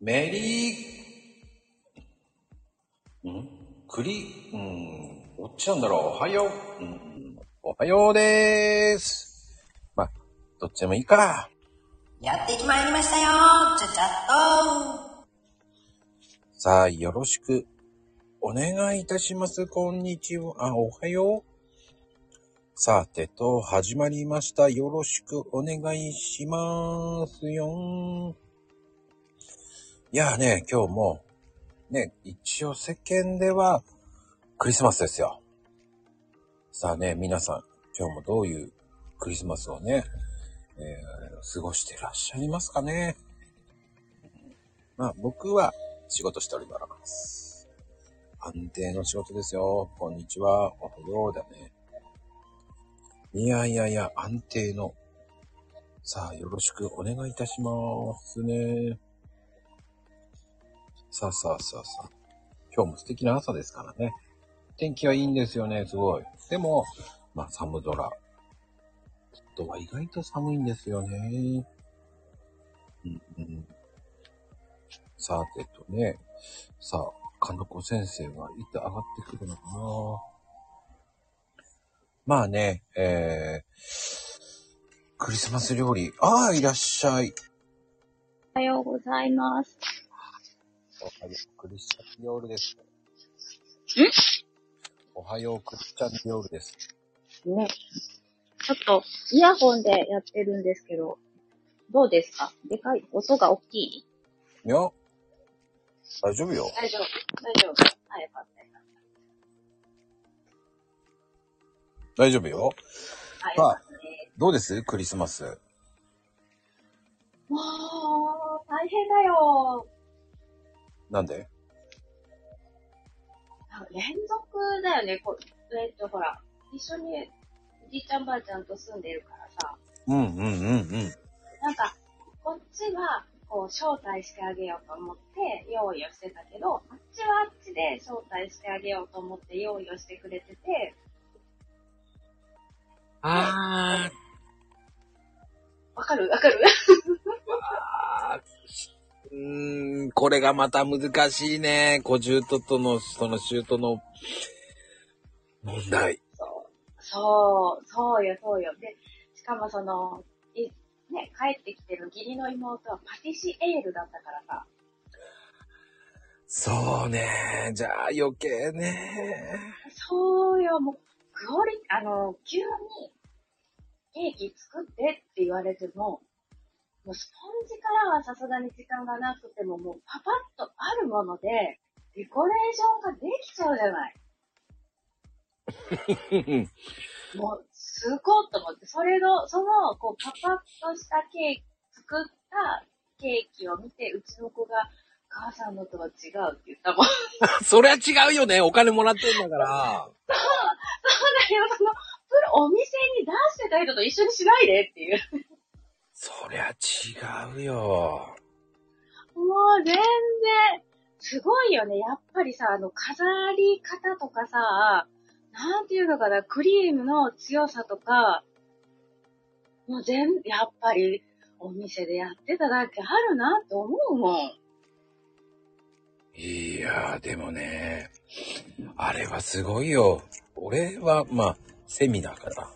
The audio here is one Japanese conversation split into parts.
メリー、んクリ、うん、どっちなんだろうおはよう、うん、おはようでーす。まあ、どっちでもいいか。やってきまいりましたよちゃちゃっさあ、よろしく。お願いいたします。こんにちは。あ、おはよう。さてと、始まりました。よろしくお願いしますよん。いやーね、今日も、ね、一応世間ではクリスマスですよ。さあね、皆さん、今日もどういうクリスマスをね、えー過ごしてらっしゃいますかね。まあ、僕は仕事しております。安定の仕事ですよ。こんにちは。おはようだね。いやいやいや、安定の。さあ、よろしくお願いいたしますね。さあさあさあさあ。今日も素敵な朝ですからね。天気はいいんですよね、すごい。でも、まあ寒空。人は意外と寒いんですよね。うんうん、さてとね、さあ、金子先生はいつ上がってくるのかなまあね、えー、クリスマス料理。ああ、いらっしゃい。おはようございます。おはよう、クリスチャンディオールです。んおはよう、クリスチャンディオールです。ね。ちょっと、イヤホンでやってるんですけど、どうですかでかい音が大きいいや、大丈夫よ。大丈夫。大丈夫。あ、よかったよかっ大丈夫よ。た。あ、よかったね。どうですクリスマス。もう、大変だよ。なんであ連続だよね。こえっと、ほら、一緒に、おじいちゃんばあちゃんと住んでるからさ、うんうんうんうん。なんか、こっちは、こう、招待してあげようと思って用意をしてたけど、あっちはあっちで招待してあげようと思って用意をしてくれてて、あわかるわかるー、うーん、これがまた難しいね。小獣ととの、そのシュートの問題。そう、そう、そうよ、そうよ。で、しかもその、いね、帰ってきてる義理の妹はパティシエールだったからさ、そうね。じゃあ余計ね。そうよ、もう、クオリあの、急に、ケーキ作ってって言われても、もうスポンジからはさすがに時間がなくても、もうパパッとあるもので、デコレーションができちゃうじゃない。もう、すごっと思って、それの、その、こう、パパッとしたケーキ、作ったケーキを見て、うちの子が、母さんのとは違うって言ったもん。そうそりゃ違うよね。お金もらってんだから。だよ、その、プロ、お店に出してた人と一緒にしないでっていう。そりゃ違うよ。もう、全然、すごいよね。やっぱりさ、あの、飾り方とかさ、なんていうのかな、クリームの強さとか、もう全、やっぱり、お店でやってただけあるなって思うもん。いやー、でもね、あれはすごいよ。俺は、まあ、セミだから。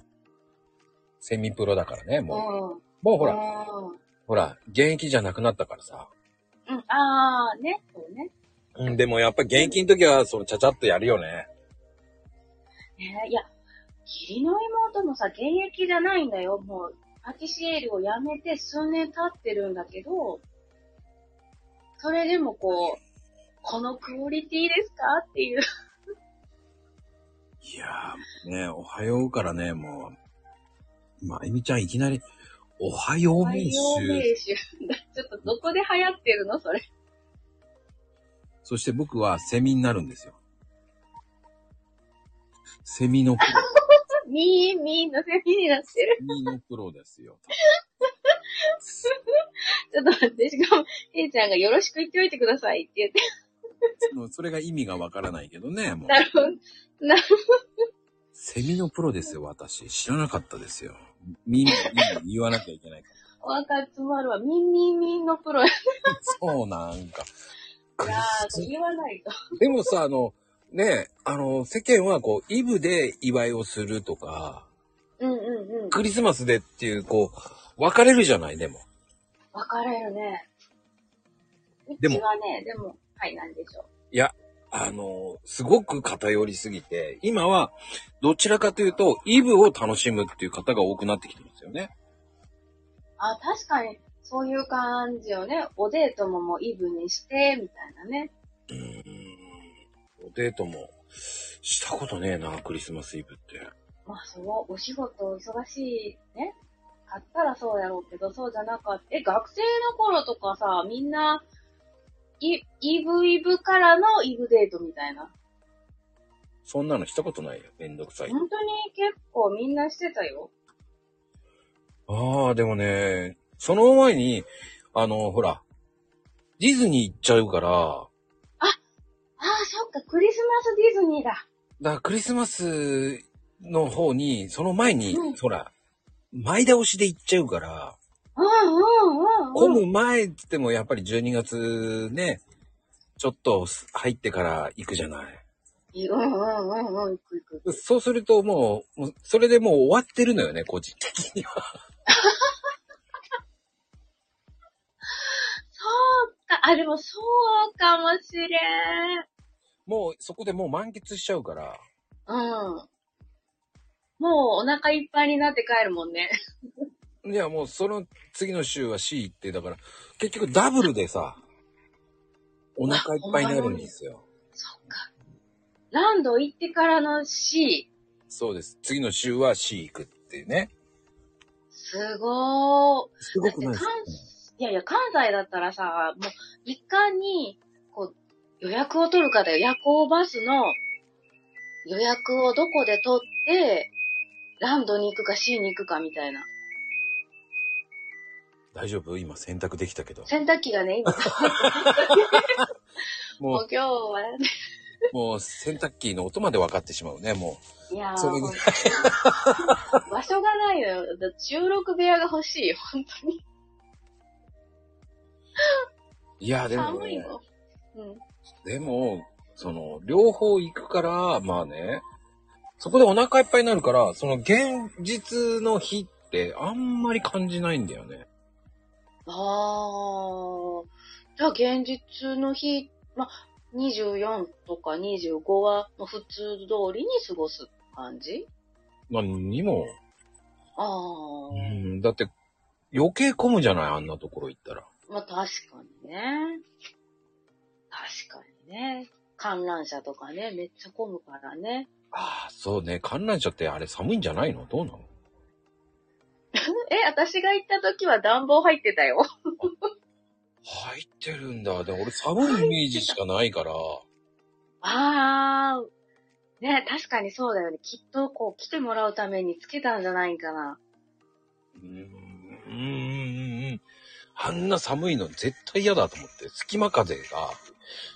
セミプロだからね、もうん。う。もうほら、うんほら、現役じゃなくなったからさ。うん、あー、ね、そうね。うん、でもやっぱ現役の時は、その、ちゃちゃっとやるよね。ねいや、義理の妹もさ、現役じゃないんだよ。もう、パティシエールを辞めて数年経ってるんだけど、それでもこう、このクオリティですかっていう。いやー、ね、おはようからね、もう、まあ、えみちゃんいきなり、おはよう名名手。手。ちょっとどこで流行ってるのそれ。そして僕はセミになるんですよ。セミのプロ、ミーミーのセミになってる。セミのプロですよ。ちょっと待って、しかも、ていちゃんがよろしく言っておいてくださいって言って。もうそれが意味がわからないけどね、もう。なるほど。なるセミのプロですよ、私。知らなかったですよ。みんなに言わなきゃいけないから。 わかつまるわ。みんみんみんのプロや。いそうなんか。やー、言わないと。でもさ、あの、ねあの、世間はこう、イブで祝いをするとか、うんうんうん。クリスマスでっていう、こう、分かれるじゃない、でも。分かれるね。うでもちはね、でも、はい、なんでしょいや、あの、すごく偏りすぎて、今は、どちらかというと、イブを楽しむっていう方が多くなってきてますよね。う。あ、確かに、そういう感じよね。おデートももうイブにして、みたいなね。うーん。デートも、したことねえな、クリスマスイブって。まあ、そう、お仕事忙しいね。買ったらそうやろうけど、そうじゃなかった。え、学生の頃とかさ、みんな、イイブイブからのイブデートみたいな。そんなのしたことないよ。めんどくさい。本当に結構みんなしてたよ。ああ、でもね、その前に、あの、ほら、ディズニー行っちゃうから、ああ、そっか、クリスマスディズニーだ。だからクリスマスの方に、その前に、うんほら、前倒しで行っちゃうから、うんうん混うんうむん。前ってってもやっぱり12月ね、ちょっと入ってから行くじゃない。いうんうんうんうん、行く行く。そうするともう、もうそれでもう終わってるのよね、個人的には。 そうか、あ、でもそうかもしれん。もうそこでもう満喫しちゃうから。うん。もうお腹いっぱいになって帰るもんね。いやもうその次の週は C 行って、だから結局ダブルでさ、お腹いっぱいになるんですよ。そっか。ランド行ってからの C。そうです。次の週は C 行くっていうね。すごー。すごくないでだっすてか関いやいや、関西だったらさ、もう、一貫に、こう、予約を取るかだよ。夜行バスの予約をどこで取って、ランドに行くか C に行くかみたいな。大丈夫今選択できたけど。洗濯機がね、今、ももうう、今日はね、もう洗濯機の音まで分かってしまうね、もいやー、それぐらいほんと場所がないのよ。だって収録部屋が欲しいよ、本当に。う。いや、でも寒いね、の。うん。でも、その、両方行くから、まあね、そこでお腹いっぱいになるから、その現実の日ってあんまり感じないんだよね。あー。じゃあ現実の日、ま、24とか25はもう普通通りに過ごす感じ何にも。あうー。ん、だって、余計混むじゃないあんなところ行ったら。まあ確かにね。確かにね。観覧車とかね、めっちゃ混むからね。ああ、そうね。観覧車ってあれ寒いんじゃないのどうなのえ、私が行った時は暖房入ってたよ。入ってるんだ。でも俺寒いイメージしかないから。あー。ね、確かにそうだよね。きっとこう来てもらうためにつけたんじゃないかな。うーん、うーん、うんうん。あんな寒いの絶対嫌だと思って、隙間風が、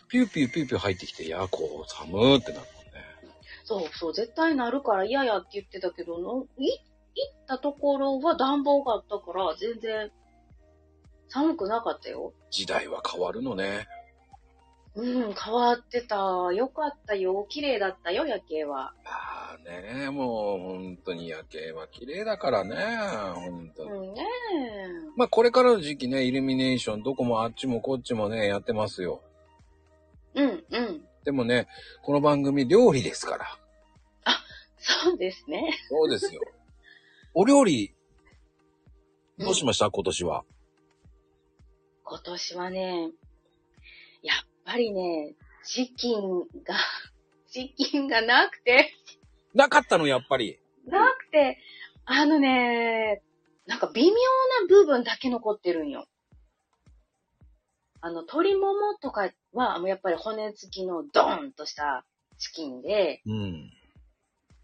ピューピューピューピュー入ってきて、いや、こう、寒ーってなるもんね。そうそう、絶対なるから嫌やって言ってたけど、のい行ったところは暖房があったから、全然寒くなかったよ。時代は変わるのね。うん、変わってた。よかったよ。綺麗だったよ、夜景は。ああね、もう、本当に夜景は綺麗だからね、本当うに。んねまあ、これからの時期ね、イルミネーション、どこもあっちもこっちもね、やってますよ。え。うん、うん。でもね、この番組料理ですから。そうですね。そうですよ。お料理、どうしました今年は。今年はね、やっぱりね、チキンが、 チキンがなくて、なかったの、やっぱり。なくて、あのね、なんか微妙な部分だけ残ってるんよ。あの、鶏ももとかは、もうやっぱり骨付きのドーンとしたチキンで、うん。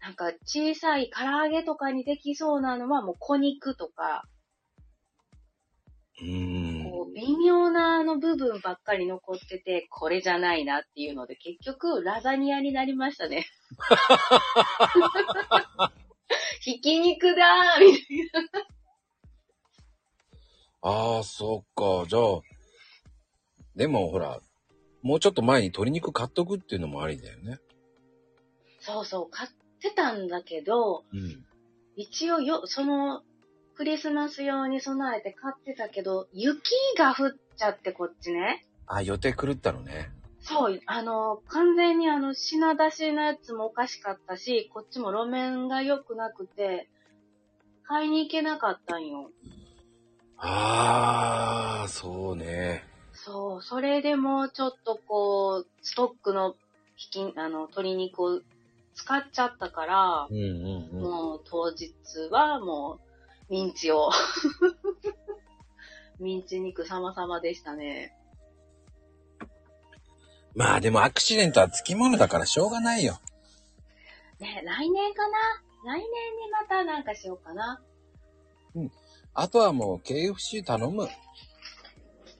なんか小さい唐揚げとかにできそうなのはもう小肉とか、うーん。こう微妙なあの部分ばっかり残ってて、これじゃないなっていうので、結局ラザニアになりまし たね。ひき肉だーみたいな。ああ、そっか。じゃあ、でもほら、もうちょっと前に鶏肉買っとくっていうのもありだよね。そうそう、買ってたんだけど、うん。一応よ、その、クリスマス用に備えて買ってたけど、雪が降っちゃってこっちね。あ、予定狂ったのね。そう、あの、完全にあの、品出しのやつもおかしかったし、こっちも路面が良くなくて、買いに行けなかったんよ。ああ、そうね。そう、それでもちょっとこう、ストックのひき、あの、鶏肉を使っちゃったからう、んうんうん。もう当日はもう、ミンチを。 ミンチ肉様々でしたね。まあでもアクシデントはつきものだからしょうがないよ。ね、来年かな来年にまたなんかしようかな。あとはもう KFC 頼む。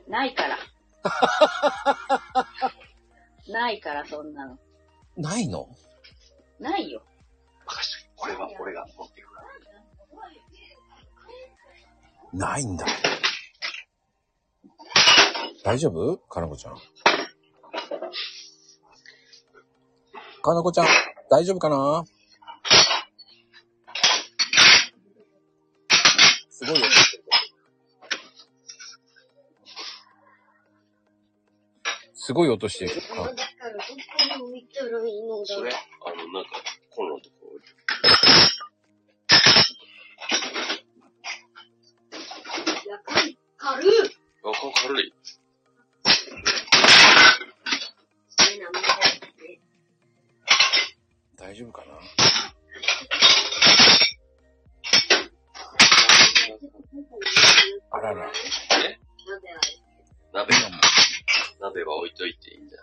ないから。ないから、そんなの。ないのないよ。俺は俺が持っていくから。ないんだ。大丈夫かなこちゃん。かなこちゃん、大丈夫かなすごいよ。すごい音してる。あそれ、あの、なんか、コロナとか置いてる。あ、こう軽い。大丈夫かなあらら。鍋は、鍋は置いといていいんじゃ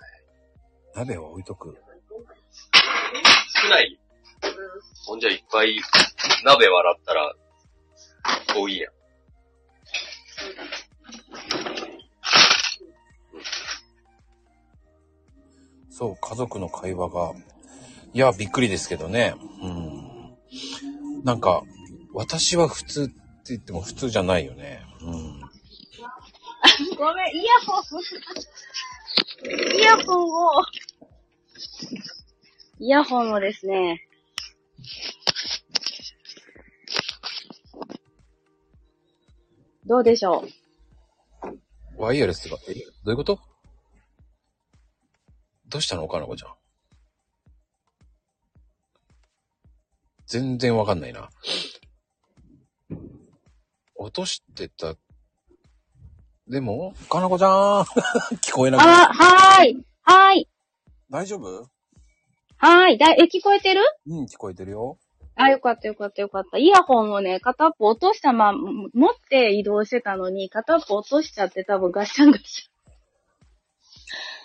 ない鍋は置いとく。少ないほんじゃいっぱい、鍋洗ったら、多いやん。そう、家族の会話が。いや、びっくりですけどね。うん。なんか、私は普通って言っても普通じゃないよね。うん。ごめん、イヤホン。イヤホンを。イヤホンをですね。どうでしょうワイヤレスが、え、どういうことどうしたのかなこちゃん。全然わかんないな。落としてた。でも、かなこちゃん 聞こえなくないあ、はーい。はーい。大丈夫はーい。だい、え、聞こえてるうん、聞こえてるよ。あ、よかったよかったよかった。イヤホンをね、片っぽ落としたまま、も持って移動してたのに、片っぽ落としちゃって多分ガッシャンガッシ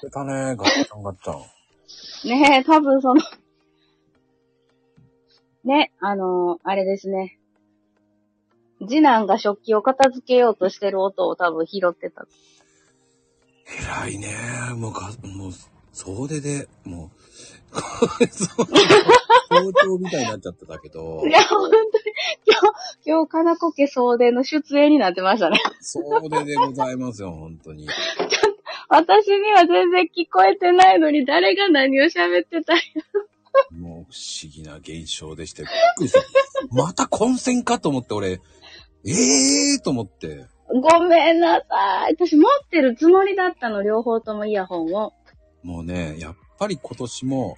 出たね、ガッチャンガッチャン。ャン。ねえ、多分その、ね、あのーあれですね。次男が食器を片付けようとしてる音を多分拾ってた。偉いね。もうか、もう、総出で、もう、 総長みたいになっちゃってたけどい、や、ほんとに、今日、今日、かなこ家総出の出演になってましたね。総出でございますよ、本当に。私には全然聞こえてないのに、誰が何を喋ってたもう不思議な現象でして、びっくりした。また混戦かと思って、俺、ええーと思って。ごめんなさい。私持ってるつもりだったの、両方ともイヤホンを。もうね、やっぱり今年も、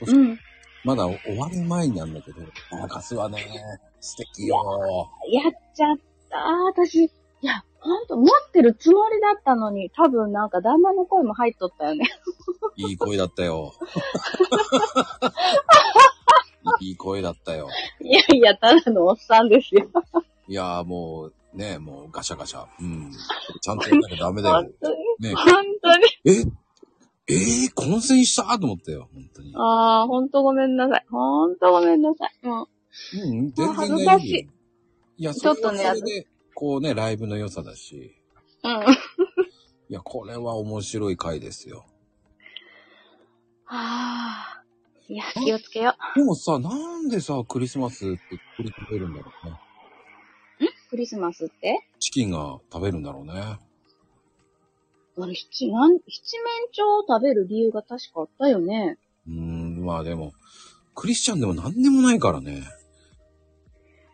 今う年、ん。まだ終わる前なんだけど、泣かすわね。素敵よ。やっちゃった。私、いや、ほんと、持ってるつもりだったのに、多分なんか旦那の声も入っとったよね。いい声だったよ。いい声だったよ。いやいや、ただのおっさんですよ。いやーもう、ね、もうガシャガシャ。うん。ちゃんとやんなきゃダメだ本よ。当に。ね、本当に。え、えー、混戦したと思ったよ。本当に。ああ、ほんとごめんなさい。ほんとごめんなさい。もうん、全然恥大ず丈夫かしい。いや、そちょっれとはねそれで、こうね、ライブの良さだし。う。うん。いや、これは面白い回ですよ。ああ。いや、気をつけよでもさ、なんでさ、クリスマスって振り返るんだろうね。う。んクリスマスってチキンが食べるんだろうね。あれ、七、なん、七面鳥を食べる理由が確かあったよね。うーん、まあでも、クリスチャンでも何でもないからね。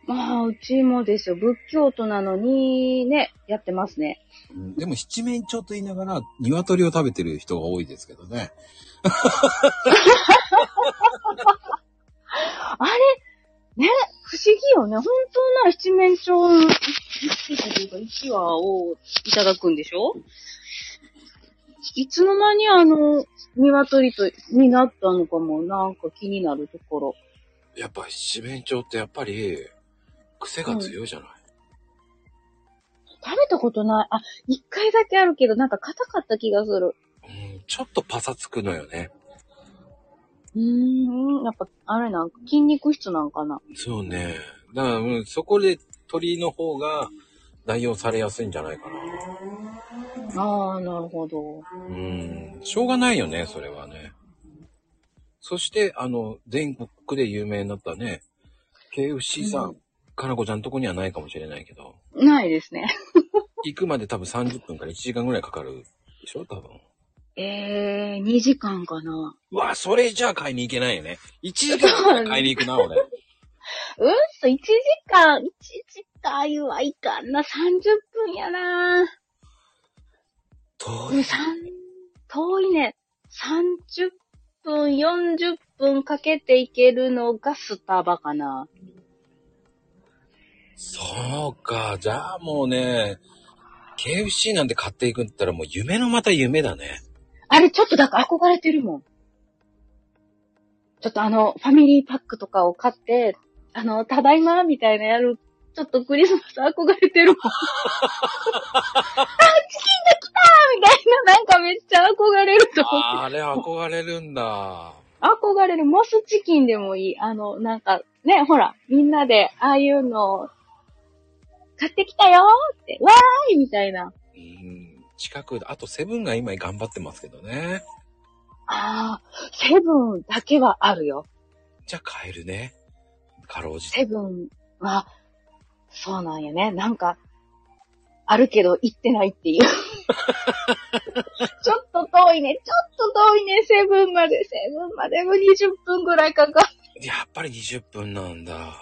まあ、うちもですよ。仏教徒なのに、ね、やってますね。うんでも七面鳥と言いながら、鶏を食べてる人が多いですけどね。あれ、ね、不思議よね。本当なら七面鳥の一匹というか一羽をいただくんでしょいつの間にあの、鶏と、になったのかも、なんか気になるところ。やっぱ七面鳥ってやっぱり、癖が強いじゃない。食べたことない。あ、一回だけあるけど、なんか硬かった気がする。うん、ちょっとパサつくのよね。うーん、やっぱ、あれな、筋肉質なんかな。そうね。だから、うん、そこで鳥の方が代用されやすいんじゃないかな。ああ、なるほど。うん、しょうがないよね、それはね。そして、あの、全国で有名になったね、KFC さん、うかなこちゃんとこにはないかもしれないけど、ないですね。行くまで多分30分から1時間ぐらいかかるでしょ、多分。ええー、2時間かな。うわ、それじゃあ買いに行けないよね。1時間ぐらい買いに行くな、俺。うんと、1時間、1時間はいかんな、30分やな。遠うん、い。三、遠いね。30分、40分かけていけるのがスタバかな。そうか、じゃあもうね、KFC なんて買っていくんだったらもう夢のまた夢だね。あれ、ちょっとだから憧れてるもん。ちょっとあの、ファミリーパックとかを買って、あの、ただいま、みたいなやる。ちょっとクリスマス憧れてるもん。あ、チキンが来たみたいな、なんかめっちゃ憧れると思う。あれ憧れるんだ。憧れる。モスチキンでもいい。あの、なんか、ね、ほら、みんなで、ああいうのを、買ってきたよーって、わーいみたいな。うん、近くで、あとセブンが今頑張ってますけどね。ああ、セブンだけはあるよ。じゃあ買えるね。かろうじて。セブンは、そうなんやね。なんか、あるけど行ってないって いう。ちょっと遠いね。ちょっと遠いね。セブンまで。セブンまでも20分ぐらいかかる。やっぱり20分なんだ。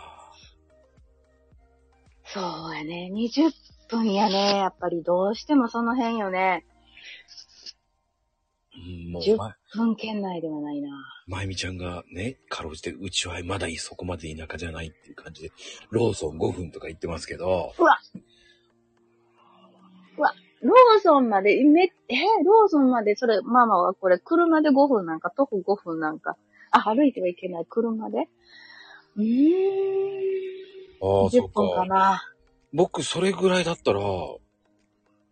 そうやね。20分やね。やっぱりどうしてもその辺よね。うん、もう10ま、分圏内ではないな。まゆみちゃんがね、かろうじて、うちはまだいいそこまで田舎じゃないっていう感じで、ローソン5分とか言ってますけど、ローソンまで、め、え、ローソンまで、それ、ママはこれ、車で5分なんか、徒歩5分なんか。あ、歩いてはいけない。車で。うーん。ああ、そ10う分かか。な。僕、それぐらいだったら、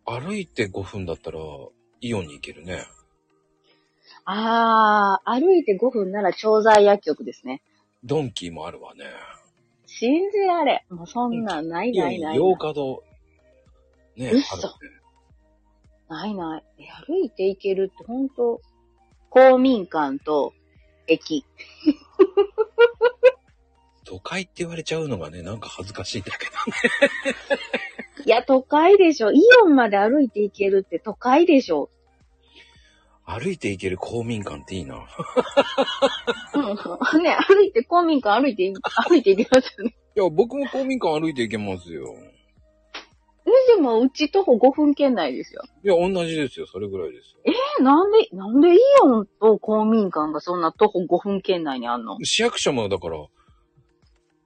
歩いて5分だったら、イオンに行けるね。あー、歩いて5分なら調剤薬局ですね。ドンキーもあるわね。信じられ。もうそんなんないイオなンいにないな洋い。華堂、ね、ある嘘ね。ないない。歩いて行けるってほんと、公民館と駅。都会って言われちゃうのがね、なんか恥ずかしいんだけど。いや、都会でしょ。イオンまで歩いて行けるって都会でしょ。歩いて行ける公民館っていいな。うん。ね、歩いて、公民館歩いて、歩いて行けますよね。いや、僕も公民館歩いて行けますよ。えでも、うち徒歩5分圏内ですよ。いや、同じですよ。それぐらいですよ。え、なんで、なんでイオンと公民館がそんな徒歩5分圏内にあんの市役所もだから、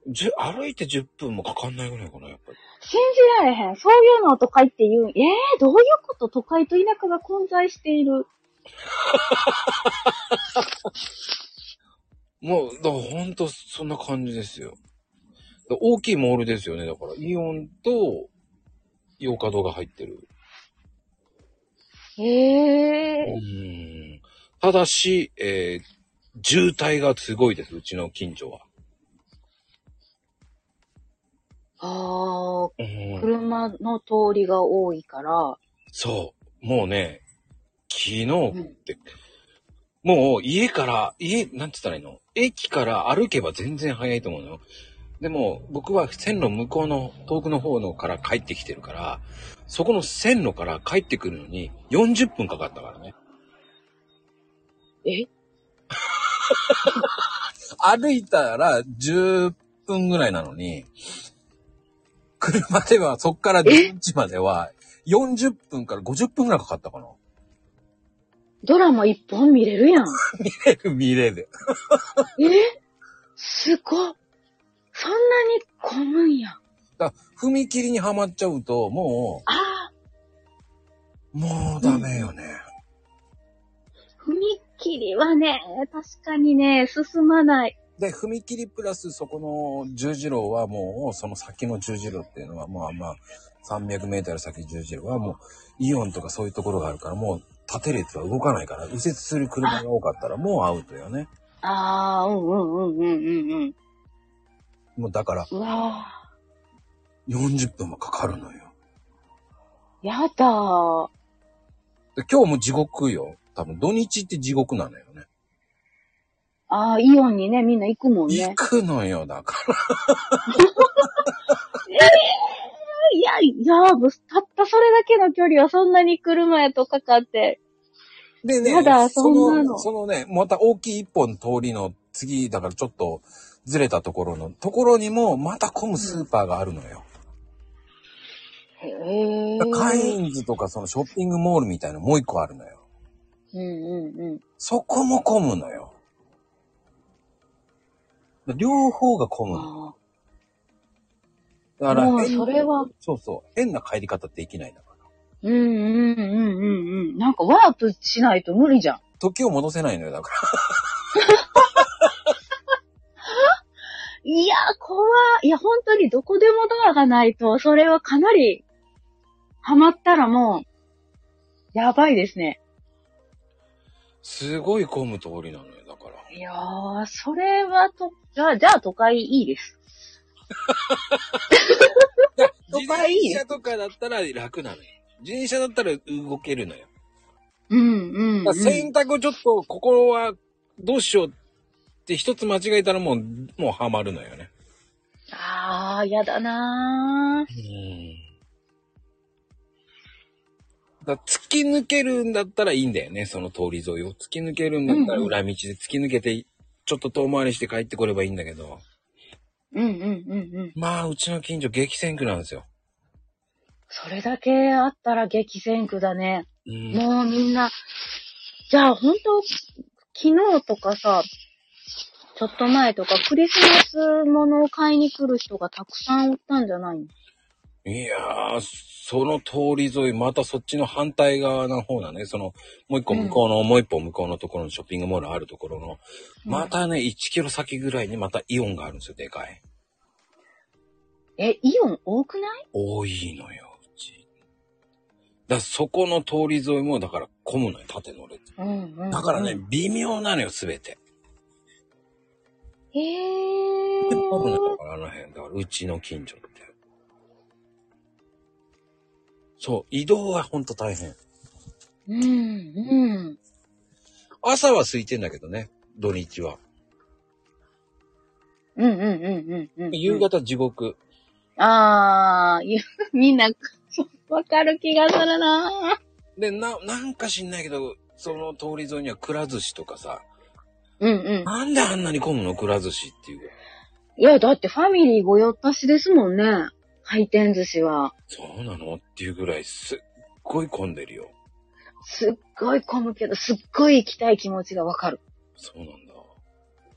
じゅ歩いて10分もかかんないぐらいかな、やっぱり。信じられへん。そういうのを都会って言うん。えー、どういうこと都会と田舎が混在している。もう、だからほんとそんな感じですよ。だから大きいモールですよね。だから、イオンと、洋華堂が入ってる。えうー、ん。ただし、えー、渋滞がすごいです、うちの近所は。あー、うん。車の通りが多いから。そう。もうね、昨日うん、もう家から、家、なんつったらいいの駅から歩けば全然早いと思うのよ。でも、僕は線路向こうの、遠くの方のから帰ってきてるから、そこの線路から帰ってくるのに40分かかったからね。え 歩いたら10分ぐらいなのに、車ではそっから現地までは40分から50分ぐらいかかったかな。ドラマ一本見れるやん。 見れる。えすごっ。そんなに混むんや。だから踏切にはまっちゃうと、もあう、もうダメよね。ー踏切はね、確かにね、進まない。で、踏切プラスそこの十字路はもう、その先の十字路っていうのは、まあまあ、300メートル先十字路はもう、イオンとかそういうところがあるから、もう縦列は動かないから、右折する車が多かったらもうアウトよね。ああ、うんうんうんうんうんうん。もうだから、うわ40分もかかるのよ。ーやだー。で今日も地獄よ。多分土日って地獄なのよね。ああ、イオンにね、みんな行くもん行ね。くのよ、だから。いや、いやぶたったそれだけの距離はそんなに車やとかかって。でね、やだそのそんなのそのね、また大きい一本通りの次、だからちょっとずれたところの、ところにもまた混むスーパーがあるのよ。へえ。カインズとかそのショッピングモールみたいなのもう一個あるのよ。うんうんうん。そこも混むのよ。両方が混むの。あだあ。からもう、変それは、そうそう、変な帰り方できないだから。うんうんうんうんうん。なんかワープしないと無理じゃん。時を戻せないのよ、だから。いや、怖い。いや、本当にどこでもドアがないと、それはかなり、ハマったらもう、やばいですね。すごい混む通りなのよ、だから。いやー、それはと、じゃあ、じゃあ都会いいです。都自会いい転車とかだったら楽なのよ。自転車だったら動けるのよ。うん、うん、うだから選ん。択をちょっと、ここはどうしようって一つ間違えたらもう、もうハマるのよね。あー、やだなー。うん。だから突き抜けるんだったらいいんだよね、その通り沿いを。突き抜けるんだったらうんうん裏道で突き抜けて、ちょっと遠回りして帰ってこればいいんだけど。うん、うん、うん、うん。まあ、うちの近所激戦区なんですよ。それだけあったら激戦区だね。うん。もうみんな、じゃあ本当、昨日とかさ、ちょっと前とかクリスマスものを買いに来る人がたくさんおったんじゃないのいやー、その通り沿い、またそっちの反対側の方だね。その、もう一個向こうの、もう一歩向こうのところのショッピングモールあるところの、またね、1キロ先ぐらいにまたイオンがあるんですよ、でかい。え、イオン多くない多いのよ、うち。だからそこの通り沿いも、だから混むのよ、縦の列。うんうん。だからね、。微妙なのよ、すべて。へえ。混むのよ、だからあの辺。だから、うちの近所って。そう、移動はほんと大変。うんうん。朝は空いてんだけどね、土日は。うんうんうんうんうん。夕。方地獄。あー、ゆみんな、わかる気がするなーで、な、なんか知んないけど、その通り沿いにはくら寿司とかさ、うんうん。なんであんなに混むのくら寿司っていうぐらい。いや、だってファミリーご用達ですもんね。回転寿司は。そうなのっていうぐらいすっごい混んでるよ。すっごい混むけど、すっごい行きたい気持ちがわかる。そうなんだ。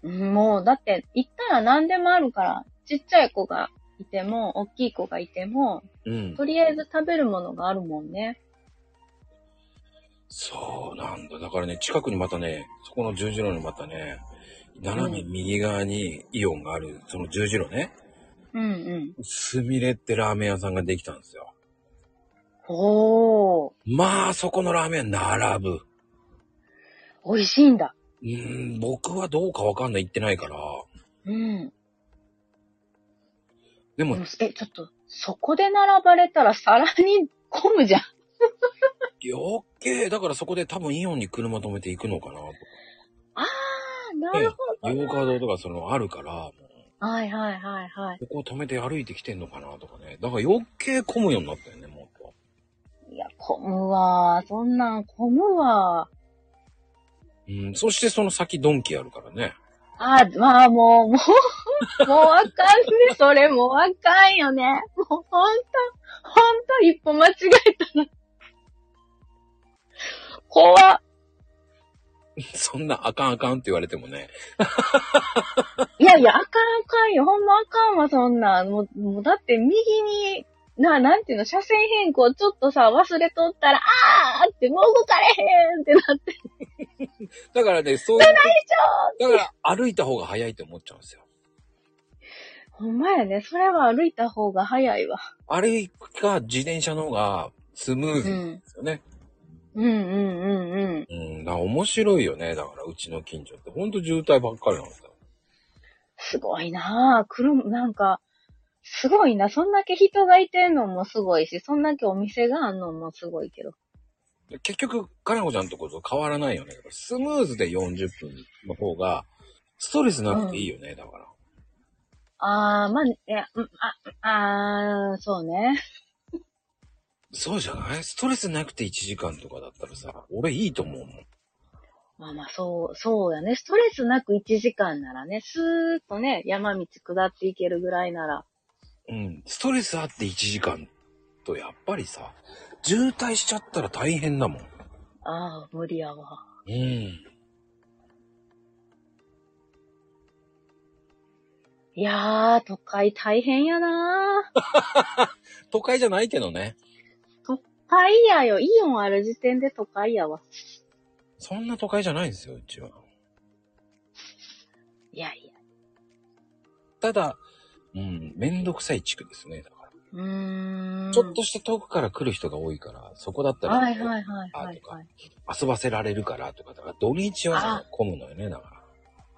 うんもう、だって、行ったら何でもあるから、ちっちゃい子がいても、大きい子がいても、うんと。りあえず食べるものがあるもんね。そうなんだ。だからね、近くにまたね、そこの十字路にまたね、斜め右側にイオンがある、その十字路ね、うんうん。すみれってラーメン屋さんができたんですよ。ほまあ、そこのラーメンは並ぶ。ー、美味しいんだ。うーん、僕はどうかわかんない、行ってないから。うん。ででもも、え、ちょっと、そこで並ばれたらさらに混むじゃん。余計、だからそこで多分イオンに車止めて行くのかなとか。あー、なるほど。ヨーカドーとかそのあるから、もうはいはいはいはい。ここを止めて歩いてきてんのかなとかね。だから余計混むようになったよね、もっと。いや、混むわ。そんなん混むわ。うん、そしてその先ドンキあるからね。 あ、まあもう、もう、もうあかんね。それもうあかんよね。もうほんと、ほんと一歩間違えたな。怖っ。そんなあかんあかんって言われてもね。いやいや、あかんあかんよ。ほんまあかんわ、そんなん。もう、もうだって右に、な、なんていうの、車線変更ちょっとさ、忘れとったら、あーって、もう動かれへんってなって、だからね、そういう大丈夫と、だから歩いた方が早いと思っちゃうんですよ。ほんまやね。それは歩いた方が早いわ。歩くか自転車の方がスムーズなんですよね。うんうんうんうん。うん、だから面白いよね。だからうちの近所って。ほんと渋滞ばっかりなんですよ。すごいなぁ。車、なんか、すごいな。そんだけ人がいてんのもすごいし、そんだけお店があんのもすごいけど。で結局、かなこちゃんとこと変わらないよね。だからスムーズで40分の方が、ストレスなくていいよね、だから。あー、まあ、いや、うんあ、あー、そうね。そうじゃないストレスなくて1時間とかだったらさ、俺いいと思うもん。まあまあ、そう、そうやね。ストレスなく1時間ならね、スーッとね、山道下っていけるぐらいなら。うん、ストレスあって1時間と、やっぱりさ、渋滞しちゃったら大変だもん。あー、無理やわ。うん。いやー、都会大変やなぁ。都会じゃないけどね。都会やよ。イオンある時点で都会やわ。そんな都会じゃないんですよ、うちは。いやいや。ただ、うん、めんどくさい地区ですね。だから、うーん。ちょっとした遠くから来る人が多いから、そこだったら、はいはいはいはい、あはい。遊ばせられるからとか、だから土日はさあ混むのよね、だから。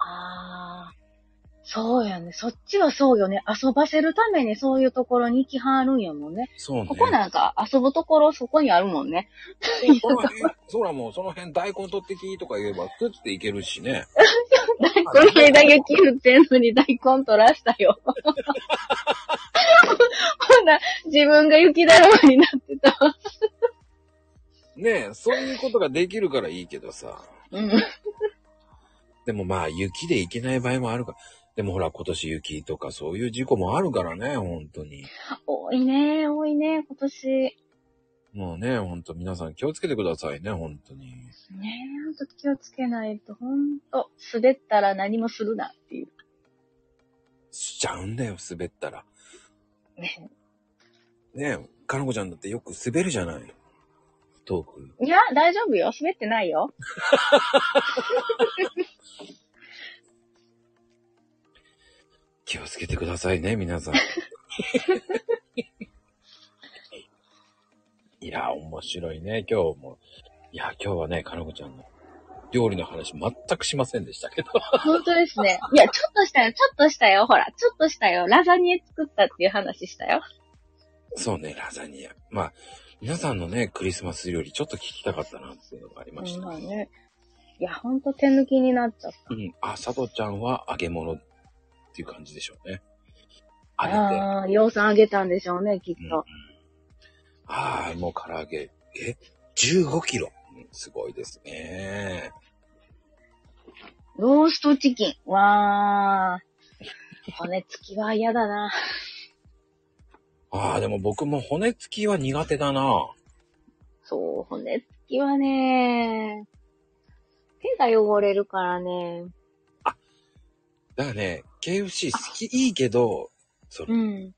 ああ。そうやね。そっちはそうよね。遊ばせるためにそういうところに行きはるんやもんね。そうね。ここなんか遊ぶところそこにあるもんね。その辺、そらもうその辺大根取ってきとか言えば、食っていけるしね。この枝雪降ってんのに大根取らしたよ。 こんな自分が雪だるまになってたわ。ねえ、そういうことができるからいいけどさ。うん。でもまあ、雪で行けない場合もあるから。でもほら、今年雪とかそういう事故もあるからね、本当に。多いね、多いね、今年。もうね、本当皆さん気をつけてくださいね、本当に。ねえ、ほんと気をつけないと、ほんと、滑ったら何もするなっていう。しちゃうんだよ、滑ったら。ねねえ、かのこちゃんだってよく滑るじゃない。トーク。いや、大丈夫よ。滑ってないよ。気をつけてくださいね、皆 さん。いや、面白いね、今日も。いや、今日はね、かのこちゃんの料理の話全くしませんでしたけど。本当ですね。いや、ちょっとしたよ、ちょっとしたよ。ほら、ちょっとしたよ。ラザニエ作ったっていう話したよ。そうね、ラザニア。まあ、皆さんのね、クリスマス料理ちょっと聞きたかったなっていうのがありました。まあね。いや、ほんと手抜きになっちゃっうん。あ、佐藤ちゃんは揚げ物っていう感じでしょうね。た。揚げて。ああー、洋さんあげたんでしょうね、きっと。はい、もう唐揚げ。え ?15 キロ。うんすごいですね。ローストチキン。わー。骨付きは嫌だな。ああ、でも僕も骨付きは苦手だな。そう、骨付きはね、手が汚れるからね。だからね、KFC 好き、いいけど、それ、うん。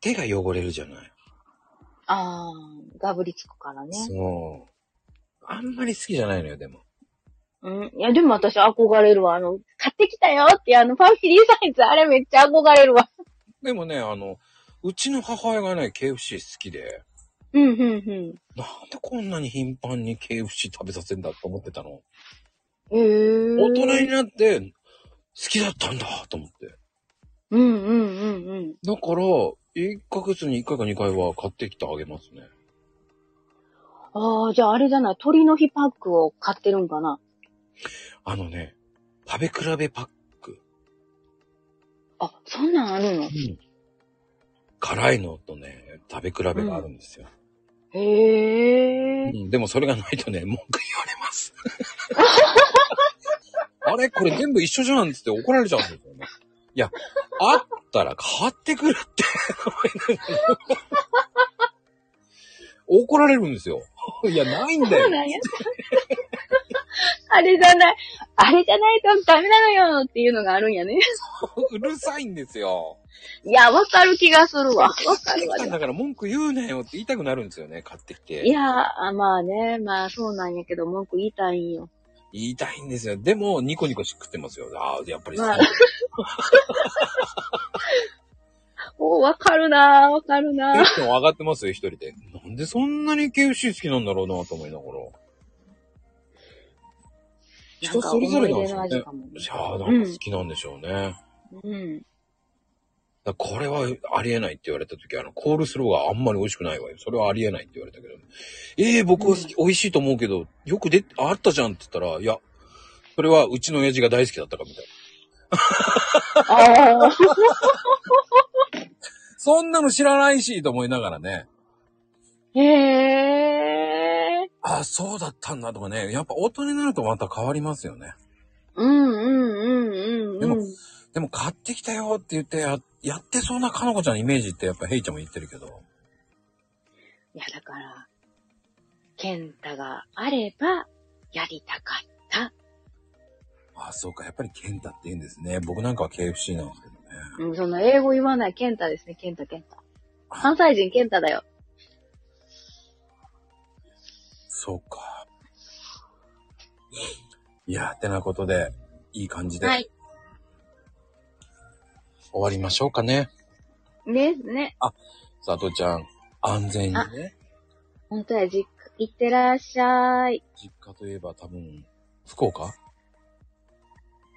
手が汚れるじゃない。あー、がぶりつくからね。そう。あんまり好きじゃないのよ、でも。うん。いや、でも私憧れるわ。あの、買ってきたよっていうあの、ファミリーサイズ、あれめっちゃ憧れるわ。でもね、あの、うちの母親がね、KFC 好きで、うん、うん、うん。なんでこんなに頻繁に KFC 食べさせんだと思ってたの。えー。大人になって、好きだったんだと思って。うん、うん、うん、うん。だから、1ヶ月に1回か2回は買ってきてあげますね。ああ、じゃああれじゃない、鳥の日パックを買ってるんかな。あのね、食べ比べパック。あ、そんなんあるの辛いのとね、食べ比べがあるんですよ。へうえ。んでもそれがないとね、 文句言われ ます。あれこれ全部一緒じゃんっつって怒られちゃうんですよね。いや、あったら買ってくるって。 怒られるんですよ。いや、ないんだそうよ。なんや。 あれじゃない、あれじゃないとダメなのよっていうのがあるんやね。うるさいんですよ。 いや、わかる気がするわ。わかるわ。でもだから文句言うなよって言いたくなるんですよね、買ってきて。いや、あまあね、まあそうなんやけど、文句言いたいんよ。言いたいんですよ。でも、ニコニコしくってますよ。ああ、やっぱりそう。まあお、わかるなぁ、わかるテなンぁ。ション上がってますよ、一人で。なんでそんなに KFC 好きなんだろうなと思いながら。人それぞれなんですよなねんか思い出の味かもねいやーなんか好きなんでしょうね。だか うん。らこれはありえないって言われた時、あの、コールスローがあんまり美味しくないわよ。それはありえないって言われたけど、ええ僕は好き、美味しいと思うけど、よくで、あったじゃんって言ったら、いや、それはうちの親父が大好きだったからみたいな。ああ。そんなの知らないし、と思いながらね。へえ。ああ、そうだったんだとかね。やっぱ大人になるとまた変わりますよね。うんうんうんでうんもうん。でも買ってきたよって言ってや、やってそうなかのこちゃんのイメージってやっぱヘイちゃんも言ってるけど。いや、だから、ケンタがあれば、やりたかった。ああ、そうか。やっぱりケンタって言うんですね。僕なんかは KFC なんですけどね。うん、そんな英語言わないケンタですね、ケンタケンタ。関西人ケンタだよ。そうか。いや、てなことで、いい感じでは終い。わりましょうかね。ね、ね。さとちゃん、安全にね。ほんとや、実家、行ってらっしゃい。実家といえば多分、福岡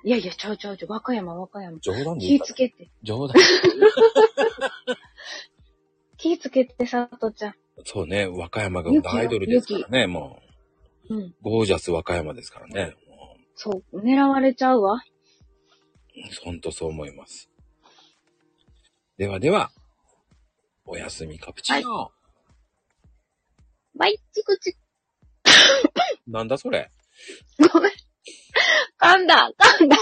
いやいや、ちょうちょうちょ、和歌山、和歌山。冗談で気言っぃたつ。けて。冗談。 気ぃつけて、さとちゃん。そうね。和歌山が生んだアイドルですからね。もうん。う、ゴージャス和歌山ですからね。もそう、狙われちゃうわ。うほんとそう思います。ではでは、おやすみカプチーノ。バイ、チクチク。なんだそれ。ごめん。噛んだ、噛んだ。